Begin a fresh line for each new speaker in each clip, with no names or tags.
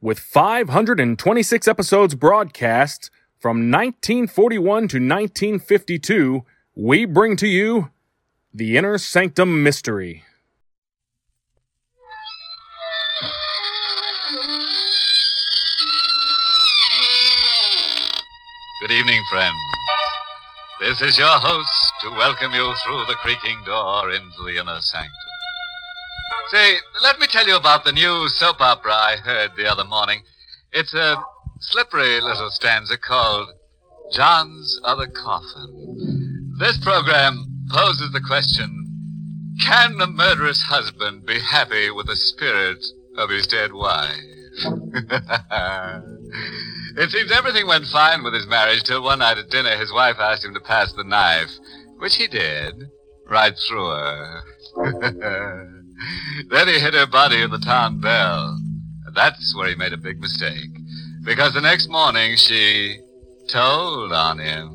with 526 episodes broadcast from 1941 to 1952, we bring to you The Inner Sanctum Mystery.
Good evening, friends. This is your host to welcome you through the creaking door into the inner sanctum. Say, let me tell you about the new soap opera I heard the other morning. It's a slippery little stanza called John's Other Coffin. This program poses the question Can a murderous husband be happy with the spirit of his dead wife? It seems everything went fine with his marriage till one night at dinner his wife asked him to pass the knife, which he did, right through her. then he hit her body in the town bell. And that's where he made a big mistake, because the next morning she told on him.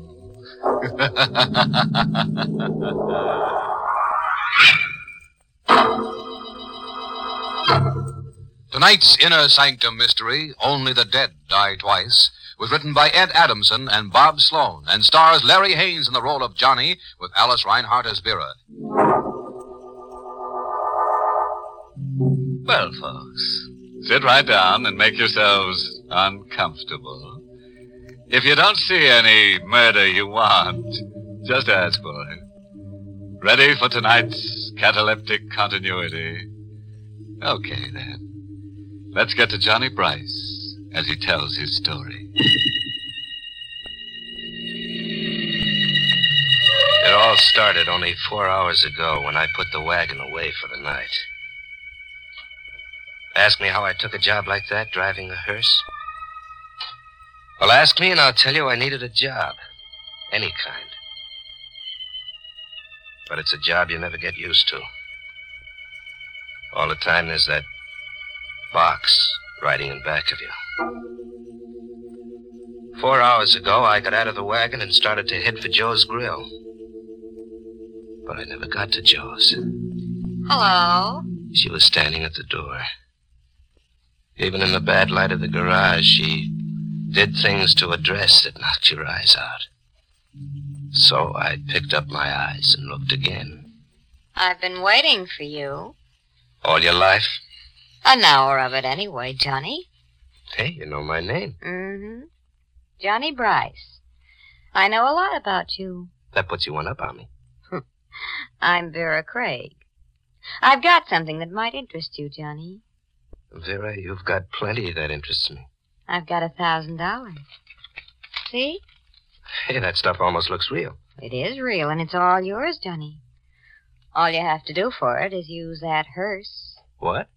Tonight's Inner Sanctum Mystery, Only the Dead Die Twice, was written by Ed Adamson and Bob Sloan and stars Larry Haynes in the role of Johnny with Alice Reinhardt as Vera.
Well, folks, sit right down and make yourselves uncomfortable. If you don't see any murder you want, just ask for it. Ready for tonight's cataleptic continuity? Okay, then. Let's get to Johnny Bryce as he tells his story.
It all started only four hours ago when I put the wagon away for the night. Ask me how I took a job like that, driving a hearse? Well, ask me, and I'll tell you I needed a job. Any kind. But it's a job you never get used to. All the time there's that box riding in back of you. Four hours ago, I got out of the wagon and started to head for Joe's Grill. But I never got to Joe's.
Hello.
She was standing at the door. Even in the bad light of the garage, she did things to a dress that knocked your eyes out. So I picked up my eyes and looked again.
I've been waiting for you.
All your life?
An hour of it anyway, Johnny.
Hey, you know my name.
Mm-hmm. Johnny Bryce. I know a lot about you.
That puts you one up on me.
I'm Vera Craig. I've got something that might interest you, Johnny.
Vera, you've got plenty that interests me.
I've got a thousand dollars. See?
Hey, that stuff almost looks real.
It is real and it's all yours, Johnny. All you have to do for it is use that hearse.
What?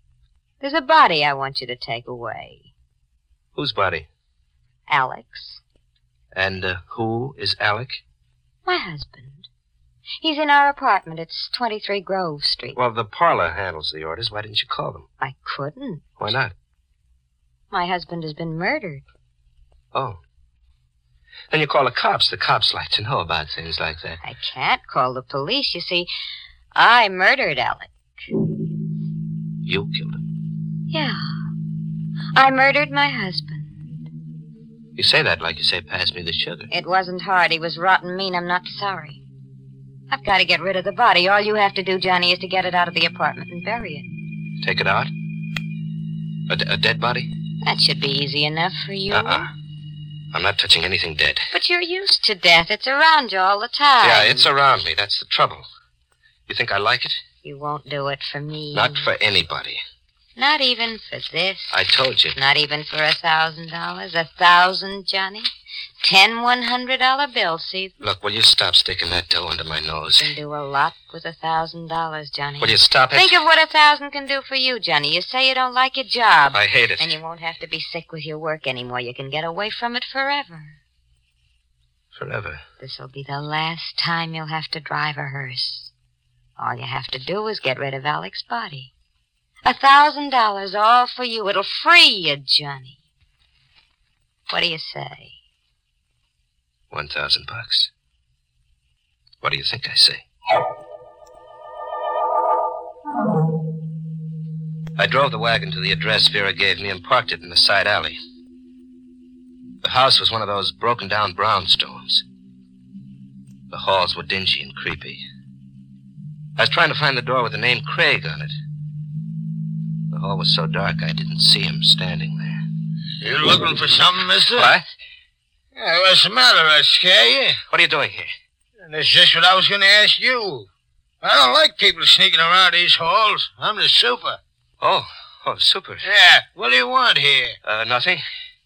There's a body I want you to take away.
Whose body?
Alex.
And uh, who is Alec?
My husband. He's in our apartment. It's 23 Grove Street.
Well, the parlor handles the orders. Why didn't you call them?
I couldn't.
Why not?
My husband has been murdered.
Oh. Then you call the cops. The cops like to know about things like that.
I can't call the police. You see, I murdered Alec.
You killed him.
Yeah. I murdered my husband.
You say that like you say, pass me the sugar.
It wasn't hard. He was rotten mean. I'm not sorry. I've got to get rid of the body. All you have to do, Johnny, is to get it out of the apartment and bury it.
Take it out? A, d- a dead body?
That should be easy enough for you.
Uh-uh. I'm not touching anything dead.
But you're used to death. It's around you all the time.
Yeah, it's around me. That's the trouble. You think I like it?
You won't do it for me.
Not for anybody.
Not even for this.
I told you.
Not even for a thousand dollars. A thousand, Johnny. Ten one hundred dollar bills, see?
Look, will you stop sticking that dough under my nose?
You can do a lot with a thousand dollars, Johnny.
Will you stop it?
Think of what a thousand can do for you, Johnny. You say you don't like your job.
I hate it.
Then you won't have to be sick with your work anymore. You can get away from it forever.
Forever.
This'll be the last time you'll have to drive a hearse. All you have to do is get rid of Alec's body. A thousand dollars all for you. It'll free you, Johnny. What do you say?
One thousand bucks. What do you think I say? I drove the wagon to the address Vera gave me and parked it in a side alley. The house was one of those broken down brownstones. The halls were dingy and creepy. I was trying to find the door with the name Craig on it. The hall was so dark I didn't see him standing there.
You looking for something, mister?
What?
Yeah, what's the matter? I scare you?
What are you doing here?
And it's just what I was going to ask you. I don't like people sneaking around these halls. I'm the super.
Oh, oh, super.
Yeah, what do you want here?
Uh, nothing.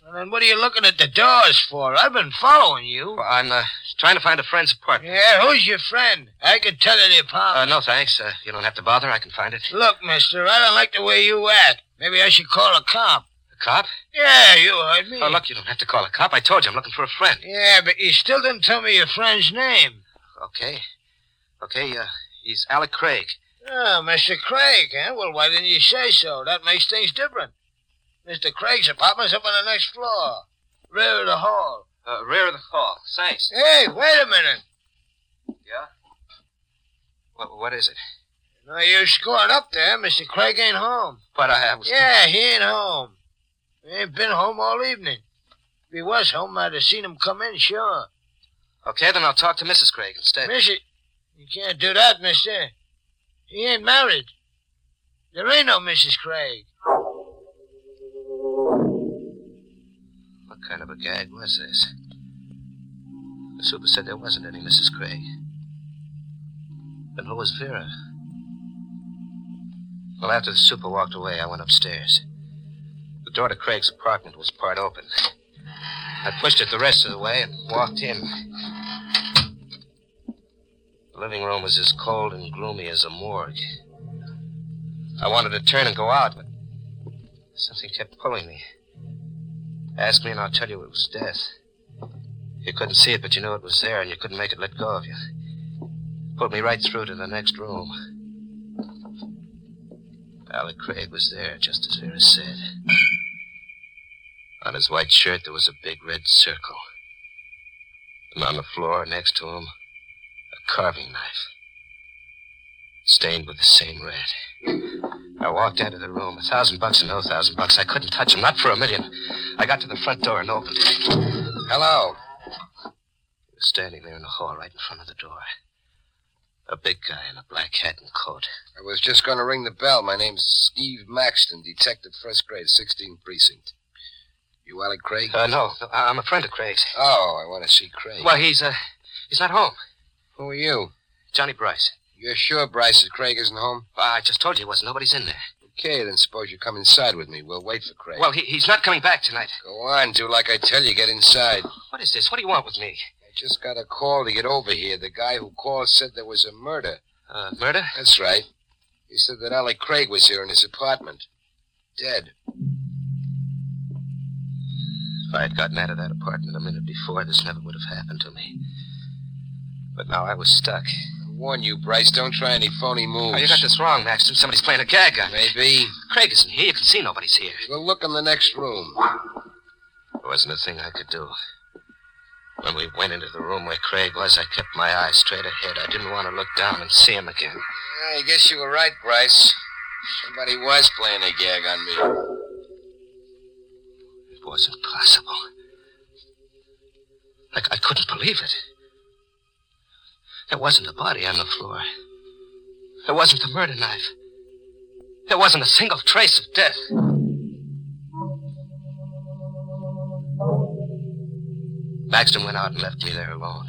Well, then what are you looking at the doors for? I've been following you.
Well, I'm uh, trying to find a friend's apartment.
Yeah, who's your friend? I can tell you the
Uh,
apartment.
no, thanks. Uh, you don't have to bother. I can find it.
Look, mister, I don't like the way you act. Maybe I should call a cop.
A cop?
Yeah, you heard me.
Oh, look, you don't have to call a cop. I told you I'm looking for a friend.
Yeah, but you still didn't tell me your friend's name.
Okay. Okay, uh, he's Alec Craig.
Oh, Mr. Craig, huh? Well, why didn't you say so? That makes things different. Mr. Craig's apartment's up on the next floor, rear of the hall.
Uh, rear of the hall. Thanks.
Hey, wait a minute.
Yeah? What, what is it?
No, you scored up there. Mr. Craig ain't home.
But I, I was...
Yeah, he ain't home. He ain't been home all evening. If he was home, I'd have seen him come in, sure.
Okay, then I'll talk to Mrs. Craig instead.
Mister, you can't do that, mister. He ain't married. There ain't no Mrs. Craig.
What kind of a gag was this? The super said there wasn't any Mrs. Craig. Then who was Vera? Well, after the super walked away, I went upstairs. The door to Craig's apartment was part open. I pushed it the rest of the way and walked in. The living room was as cold and gloomy as a morgue. I wanted to turn and go out, but something kept pulling me. Ask me and I'll tell you it was death. You couldn't see it, but you knew it was there, and you couldn't make it let go of you. Pulled me right through to the next room. Alec Craig was there, just as Vera said. On his white shirt, there was a big red circle. And on the floor next to him, a carving knife. Stained with the same red. I walked out of the room. A thousand bucks or no thousand bucks. I couldn't touch him, not for a million. I got to the front door and opened it. Hello. He was standing there in the hall right in front of the door. A big guy in a black hat and coat.
I was just going to ring the bell. My name's Steve Maxton, detective first grade, 16th precinct. You Alec Craig?
Uh, no, no, I- I'm a friend of Craig's.
Oh, I want to see Craig.
Well, he's, uh, he's not home.
Who are you?
Johnny Bryce.
You're sure Bryce that Craig isn't home?
Well, I just told you he wasn't. Nobody's in there.
Okay, then suppose you come inside with me. We'll wait for Craig.
Well, he, he's not coming back tonight.
Go on, do like I tell you. Get inside.
What is this? What do you want with me?
I just got a call to get over here. The guy who called said there was a murder.
Uh, murder?
That's right. He said that Alec Craig was here in his apartment. Dead.
If I had gotten out of that apartment a minute before, this never would have happened to me. But now I was stuck.
I warn you, Bryce, don't try any phony moves.
Oh, you got this wrong, Maxton. Somebody's playing a gag on me.
Maybe.
Craig isn't here. You can see nobody's here.
We'll look in the next room.
There wasn't a thing I could do. When we went into the room where Craig was, I kept my eyes straight ahead. I didn't want to look down and see him again.
Yeah, I guess you were right, Bryce. Somebody was playing a gag on me.
It wasn't possible. I, I couldn't believe it. There wasn't a body on the floor. There wasn't the murder knife. There wasn't a single trace of death. Baxton went out and left me there alone.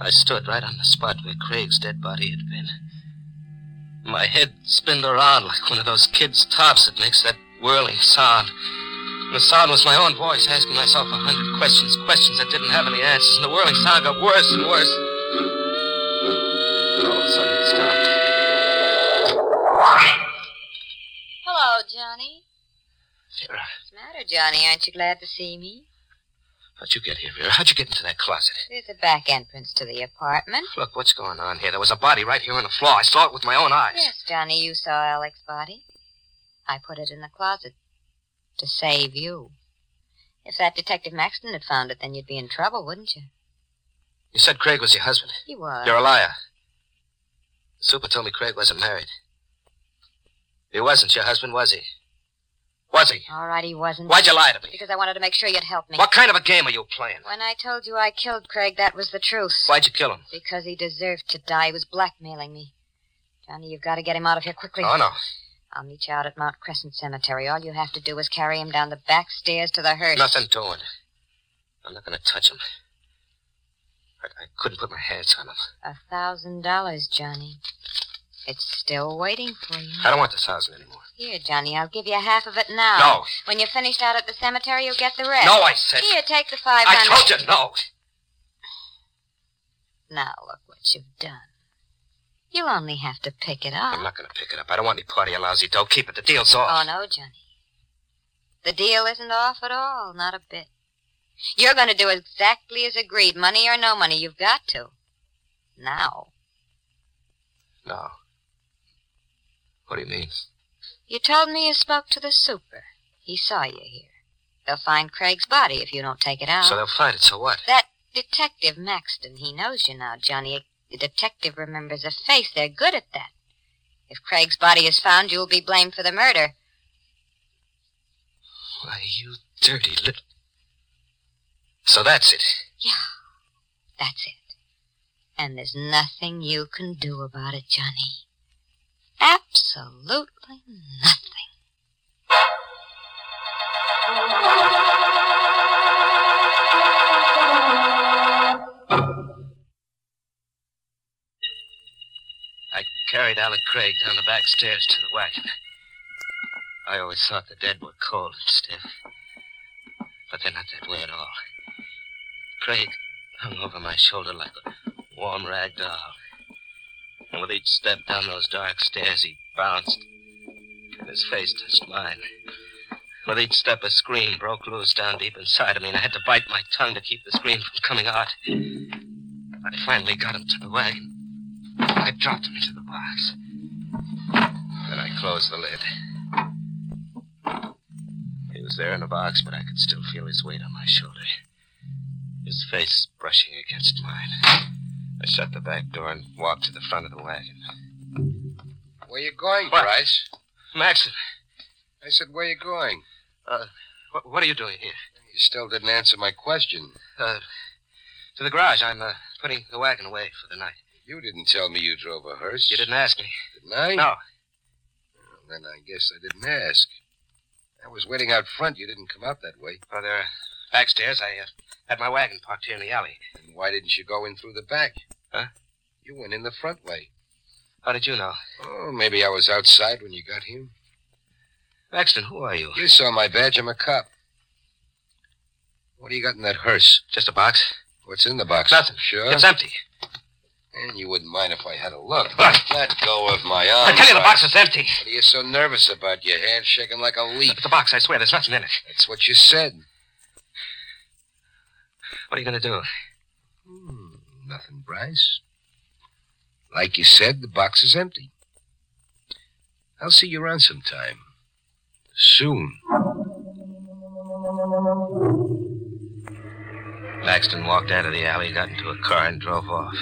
I stood right on the spot where Craig's dead body had been. My head spinned around like one of those kids' tops that makes that whirling sound. The sound was my own voice asking myself a hundred questions, questions that didn't have any answers, and the whirling sound got worse and worse. All of a sudden it stopped.
Hello, Johnny.
Vera,
What's the matter, Johnny? Aren't you glad to see me?
How'd you get here, Vera? How'd you get into that closet?
Through the back entrance to the apartment.
Look, what's going on here? There was a body right here on the floor. I saw it with my own eyes.
Yes, Johnny, you saw Alec's body. I put it in the closet to save you. If that Detective Maxton had found it, then you'd be in trouble, wouldn't you?
You said Craig was your husband.
He was.
You're a liar. The super told me Craig wasn't married. He wasn't your husband, was he? Was he?
All right, he wasn't.
Why'd you lie to me?
Because I wanted to make sure you'd help me.
What kind of a game are you playing?
When I told you I killed Craig, that was the truth.
Why'd you kill him?
Because he deserved to die. He was blackmailing me. Johnny, you've got to get him out of here quickly.
Oh, no.
I'll meet you out at Mount Crescent Cemetery. All you have to do is carry him down the back stairs to the hearse.
Nothing doing. I'm not going to touch him. I, I couldn't put my hands on him.
A thousand dollars, Johnny. It's still waiting for you.
I don't want this thousand anymore.
Here, Johnny, I'll give you half of it now.
No.
When you're finished out at the cemetery, you'll get the rest.
No, I said.
Here, take the five
I
hundred.
told you no.
Now look what you've done. You'll only have to pick it up.
I'm not going to pick it up. I don't want any part of your lousy dough. Keep it. The deal's off.
Oh, no, Johnny. The deal isn't off at all, not a bit. You're going to do exactly as agreed, money or no money. You've got to. Now.
No. What do you mean?
You told me you spoke to the super. He saw you here. They'll find Craig's body if you don't take it out.
So they'll find it. So what?
That Detective Maxton, he knows you now, Johnny. A detective remembers a face. They're good at that. If Craig's body is found, you'll be blamed for the murder.
Why, you dirty little. So that's it.
That's it. And there's nothing you can do about it, Johnny. Absolutely nothing.
I carried Alec Craig down the back stairs to the wagon. I always thought the dead were cold and stiff. But they're not that way at all. Craig hung over my shoulder like a warm rag doll. And with each step down those dark stairs, he bounced, and his face touched mine. With each step, a scream broke loose down deep inside of me, and I had to bite my tongue to keep the scream from coming out. I finally got him to the wagon. I dropped him into the box. Then I closed the lid. He was there in the box, but I could still feel his weight on my shoulder. His face brushing against mine. I shut the back door and walked to the front of the wagon.
Where you going,
What?
Bryce?
Maxon,
I said, where you going?
what, what are you doing here?
You still didn't answer my question.
Uh, to the garage. I'm uh, putting the wagon away for the night.
You didn't tell me you drove a hearse.
You didn't ask me.
Didn't I?
No.
Well, then I guess I didn't ask. I was waiting out front. You didn't come out that way.
Well, there are back stairs. I uh, had my wagon parked here in the alley.
Then why didn't you go in through the back?
Huh?
You went in the front way.
How did you know?
Oh, maybe I was outside when you got here.
Maxton, who are you?
You saw my badge. I'm a cop. What do you got in that hearse?
Just a box.
What's in the box?
Nothing.
Sure.
It's empty.
And you wouldn't mind if I had a look.
Look.
Let go of my arm.
I tell you, the
Bryce.
box is empty.
What are you so nervous about? Your hand shaking like a leaf.
Look at the box. I swear, there's nothing in it.
That's what you said.
What are you going to do?
Hmm, nothing, Bryce. Like you said, the box is empty. I'll see you around sometime. Soon.
Maxton walked out of the alley, got into a car, and drove off.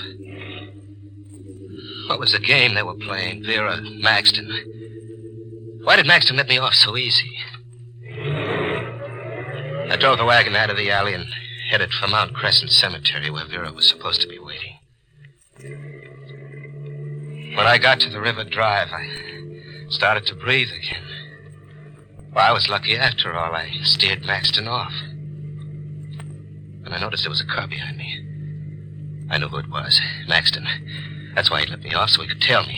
What was the game they were playing, Vera and Maxton? Why did Maxton let me off so easy? I drove the wagon out of the alley and headed for Mount Crescent Cemetery, where Vera was supposed to be waiting. When I got to the river drive, I started to breathe again. Well, I was lucky after all. I steered Maxton off and I noticed there was a car behind me. I knew who it was Maxton. That's why he let me off, so he could tell me.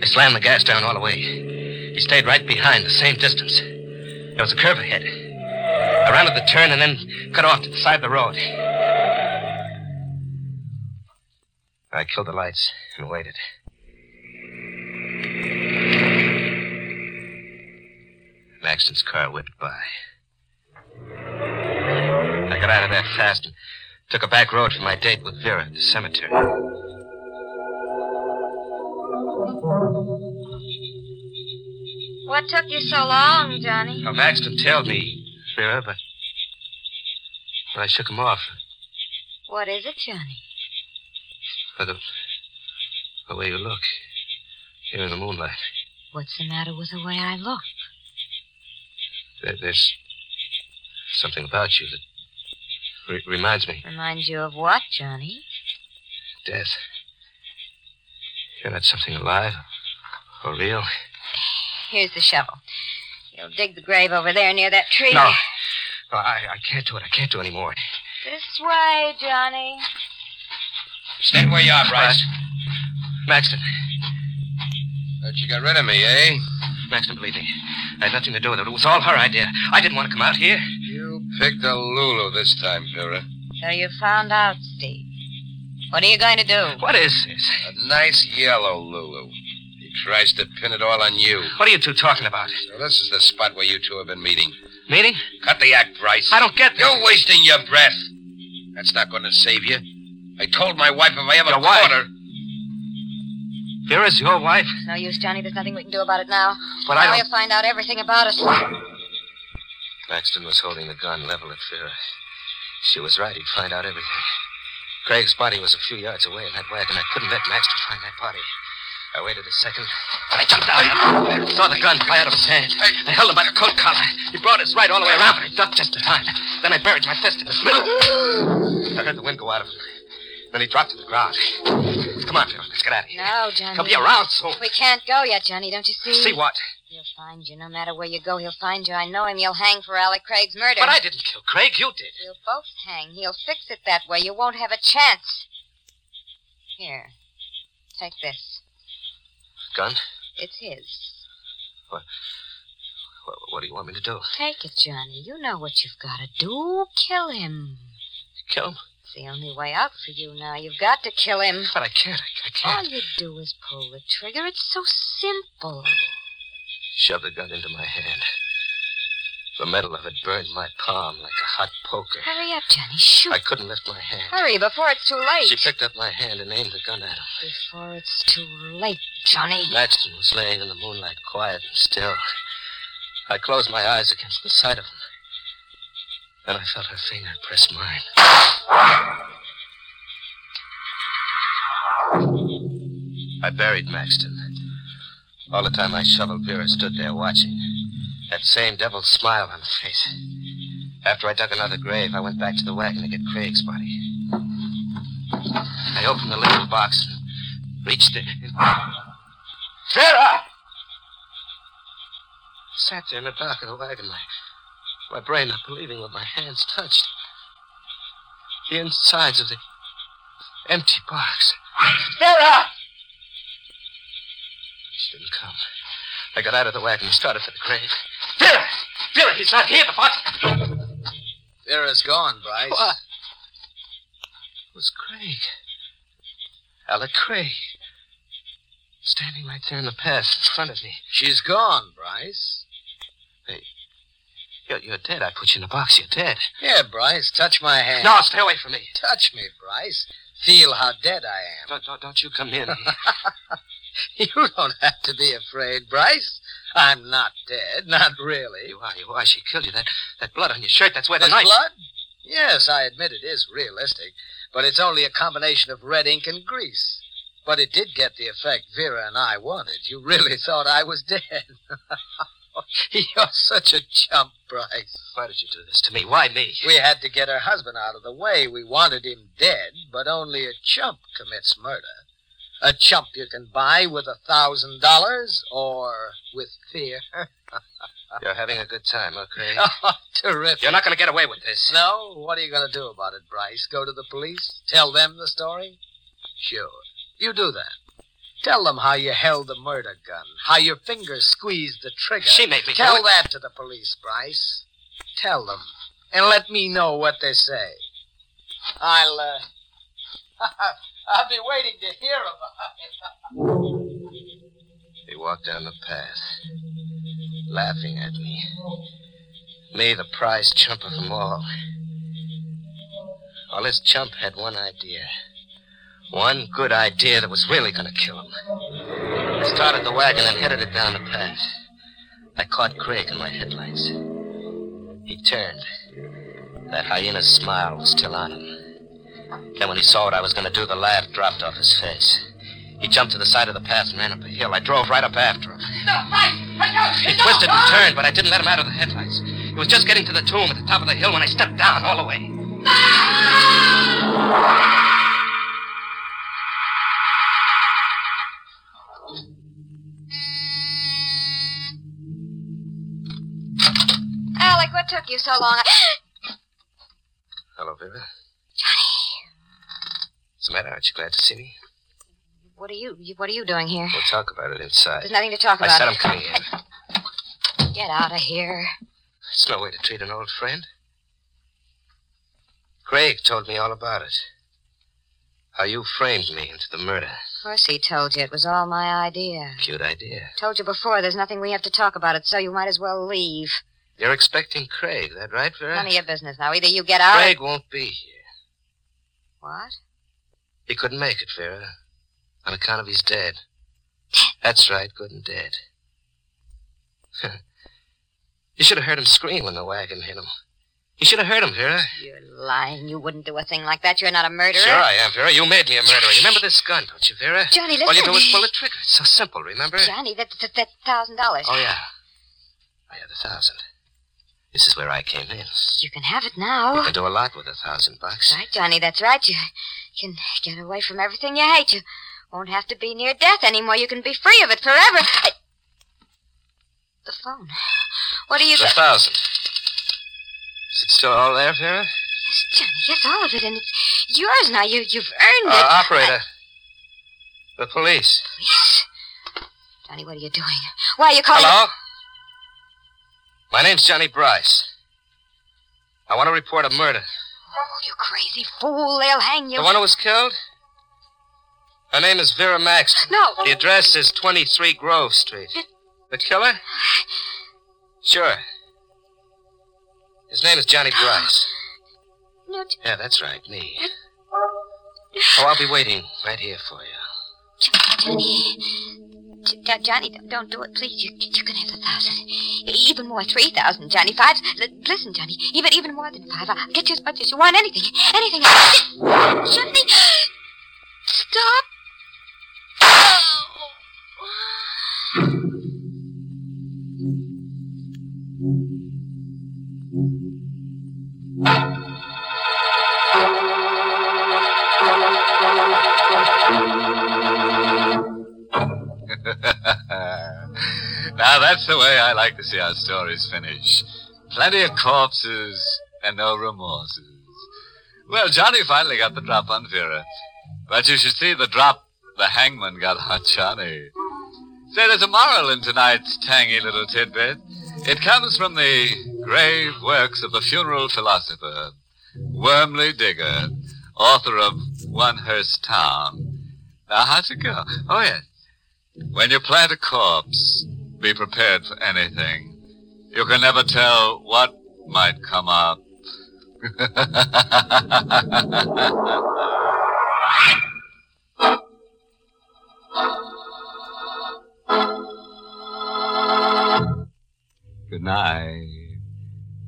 I slammed the gas down all the way. He stayed right behind, the same distance. There was a curve ahead. I rounded the turn and then cut off to the side of the road. I killed the lights and waited. Maxton's car whipped by. I got out of there fast and took a back road for my date with Vera at the cemetery.
What took you so long, Johnny?
Now, Baxton tailed me, Vera, but. But I shook him off
What is it, Johnny?
for the. the way you look. Here in the moonlight.
What's the matter with the way I look?
There, there's. something about you that. Re- reminds me.
Reminds you of what, Johnny?
of Death. You're not something alive. Or real.
Here's the shovel. You'll dig the grave over there near that tree.
No. No, I, I can't do it. I can't do anymore.
This way, Johnny.
Stand where you are, Bryce. Maxton.
Thought you got rid of me, eh?
Maxton, believe me. I had nothing to do with it. It was all her idea. I didn't want to come out here.
You picked a Lulu this time, Vera.
So you found out, Steve. What are you going to do?
What is this?
A nice yellow Lulu. He tries to pin it all on you.
What are you two talking about?
So this is the spot where you two have been meeting.
Meeting?
Cut the act, Bryce.
I don't get this.
You're wasting your breath. That's not going to save you. I told my wife if I ever
Your wife?
caught her.
Vera's your wife.
No use, Johnny. There's nothing we can do about it now.
But
now
I
you'll
don't.
find out everything about us.
Maxton was holding the gun level at Vera. She was right. He'd find out everything. Craig's body was a few yards away in that wagon. I couldn't let Maxton find that body. I waited a second. I jumped out. I saw the gun fly out of his hand. I held him by the coat collar. He brought his right all the way around, but I ducked just in time. Then I buried my fist in his middle. I heard the wind go out of him. Then he dropped to the ground. Come on, Vera. Let's get out of here.
No, Johnny.
Come be around soon.
We can't go yet, Johnny. Don't you see?
See what?
He'll find you. No matter where you go, he'll find you. I know him. You'll hang for Alec Craig's murder.
But I didn't kill Craig. You did.
We'll both hang. He'll fix it that way. You won't have a chance. Here. Take this.
Gun?
It's his.
What, what do you want me to do?
Take it, Johnny. You know what you've got to do. Kill him.
Kill him?
It's the only way out for you now. You've got to kill him.
But I can't. I, I
All
can't.
you do is pull the trigger. It's so simple.
He shoved the gun into my hand. The metal of it burned my palm like a hot poker.
Hurry up, Johnny. Shoot.
I couldn't lift my hand.
Hurry before it's too late.
She picked up my hand and aimed the gun at him.
Before it's too late, Johnny.
Maxton was laying in the moonlight, quiet and still. I closed my eyes against the sight of him. Then I felt her finger press mine. I buried Maxton. All the time I shoveled, Vera stood there watching. That same devil's smile on her face. After I dug another grave, I went back to the wagon to get Craig's body. I opened the little box and reached in. Vera! Sat there in the dark of the wagon, my, my brain not believing what my hands touched. The insides of the empty box. Vera! She didn't come. I got out of the wagon and started for the grave. Vera! Vera, he's not here. The box.
Vera's gone, Bryce.
What? It was Craig. Alec Craig. Standing right there in the path in front of me.
She's gone, Bryce.
You're, you're dead. I put you in a box. You're dead.
Yeah, Bryce, touch my hand.
No, stay away from me.
Touch me, Bryce. Feel how dead I am.
Don't, don't, don't you come in.
You don't have to be afraid, Bryce. I'm not dead, not really.
you are, you are. She killed you. That, that blood on your shirt, that's where the
There's
knife...
blood? Yes, I admit it is realistic, but it's only a combination of red ink and grease. But it did get the effect Vera and I wanted. You really thought I was dead. You're such a chump, Bryce.
Why did you do this to me? Why me?
We had to get her husband out of the way. We wanted him dead, but only a chump commits murder. A chump you can buy with a thousand dollars or with fear.
You're having a good time, huh, Craig?
Oh, terrific.
You're not going to get away with this.
No? What are you going to do about it, Bryce? Go to the police? Tell them the story? Sure. You do that. Tell them how you held the murder gun, how your fingers squeezed the trigger.
She made me do
Tell
it.
that to the police, Bryce. Tell them. And let me know what they say. I'll, uh. I'll be waiting to hear about it.
He walked down the path, laughing at me. Me, the prize chump of them all. Well, this chump had one idea. One good idea that was really going to kill him. I started the wagon and headed it down the path. I caught Craig in my headlights. He turned. That hyena smile was still on him. Then, when he saw what I was going to do, the laugh dropped off his face. He jumped to the side of the path and ran up a hill. I drove right up after him. He twisted and turned, but I didn't let him out of the headlights. He was just getting to the tomb at the top of the hill when I stepped down all the way.
Alec, what took you so long?
Hello, Vera. Johnny. What's the matter? Aren't you glad to see me?
What are you, you- What are you doing here?
We'll talk about it inside.
There's nothing to talk
I
about.
said I'm coming in.
Get out of here.
It's no way to treat an old friend. Craig told me all about it. How you framed me into the murder.
Of course he told you. It was all my idea.
Cute idea.
Told you before, there's nothing we have to talk about it, so you might as well leave.
You're expecting Craig, that right, Vera?
None of your business now. Either you get out. or-
Craig won't be here.
What?
He couldn't make it, Vera. On account of he's dead. That's right, good and dead. you should have heard him scream when the wagon hit him. You should have heard him, Vera.
You're lying. You wouldn't do a thing like that. You're not a murderer.
Sure I am, Vera. You made me a murderer. You remember this gun, don't you, Vera?
Johnny, listen.
All you do is pull the trigger. It's so simple, remember?
Johnny, that that that thousand dollars.
Oh, yeah. I had a thousand. This is where I came in.
You can have it now.
You can do a lot with a thousand bucks.
Right, Johnny, that's right. You can get away from everything you hate. You won't have to be near death anymore. You can be free of it forever. I- The phone. What are you...
It's a thousand. Is it still all there, Vera?
Yes, Johnny, yes, all of it, and it's yours now. You, you've earned it.
Uh, operator. The police.
Yes. Johnny, what are you doing? Why are you calling...
Hello? My name's Johnny Bryce. I want to report a murder.
Oh, you crazy fool. They'll hang you.
The one who was killed? Her name is Vera Maxton.
No.
The address is 23 Grove Street. The killer? Sure. His name is Johnny Bryce.
No, J-
Yeah, that's right, me. Oh, I'll be waiting right here for you.
Johnny. J- Jo- Johnny, don't- don't do it, please. You, you can have a thousand. E- Even more, three thousand, Johnny. Five. L- listen, Johnny. Even even more than five. I'll get you as much as you want. Anything. Anything. Johnny. Stop.
now, that's the way I like to see our stories finish. Plenty of corpses and no remorses. Well, Johnny finally got the drop on Vera. But you should see the drop the hangman got on Johnny. Say, there's a moral in tonight's tangy little tidbit. It comes from the grave works of the funeral philosopher, Wormley Digger, author of One Hearst Town. Now, how's it go? Oh, yes. When you plant a corpse, be prepared for anything. You can never tell what might come up. Good night.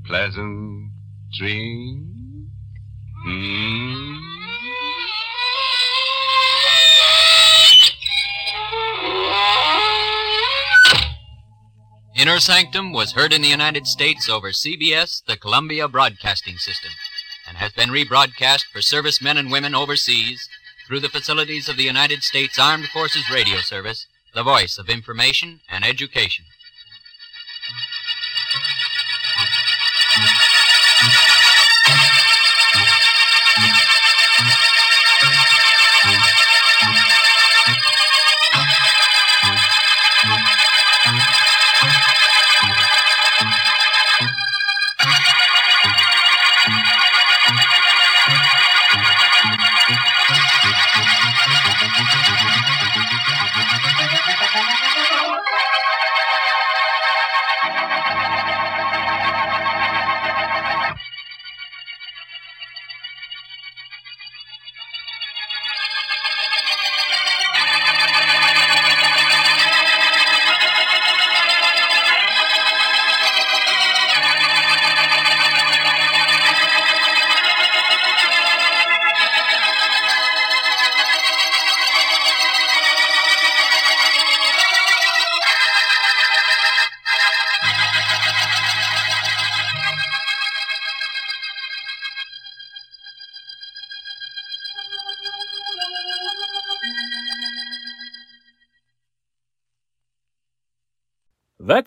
Pleasant dream. Hmm.
Inner Sanctum was heard in the United States over CBS, the Columbia Broadcasting System, and has been rebroadcast for servicemen and women overseas through the facilities of the United States Armed Forces Radio Service, the voice of information and education.
That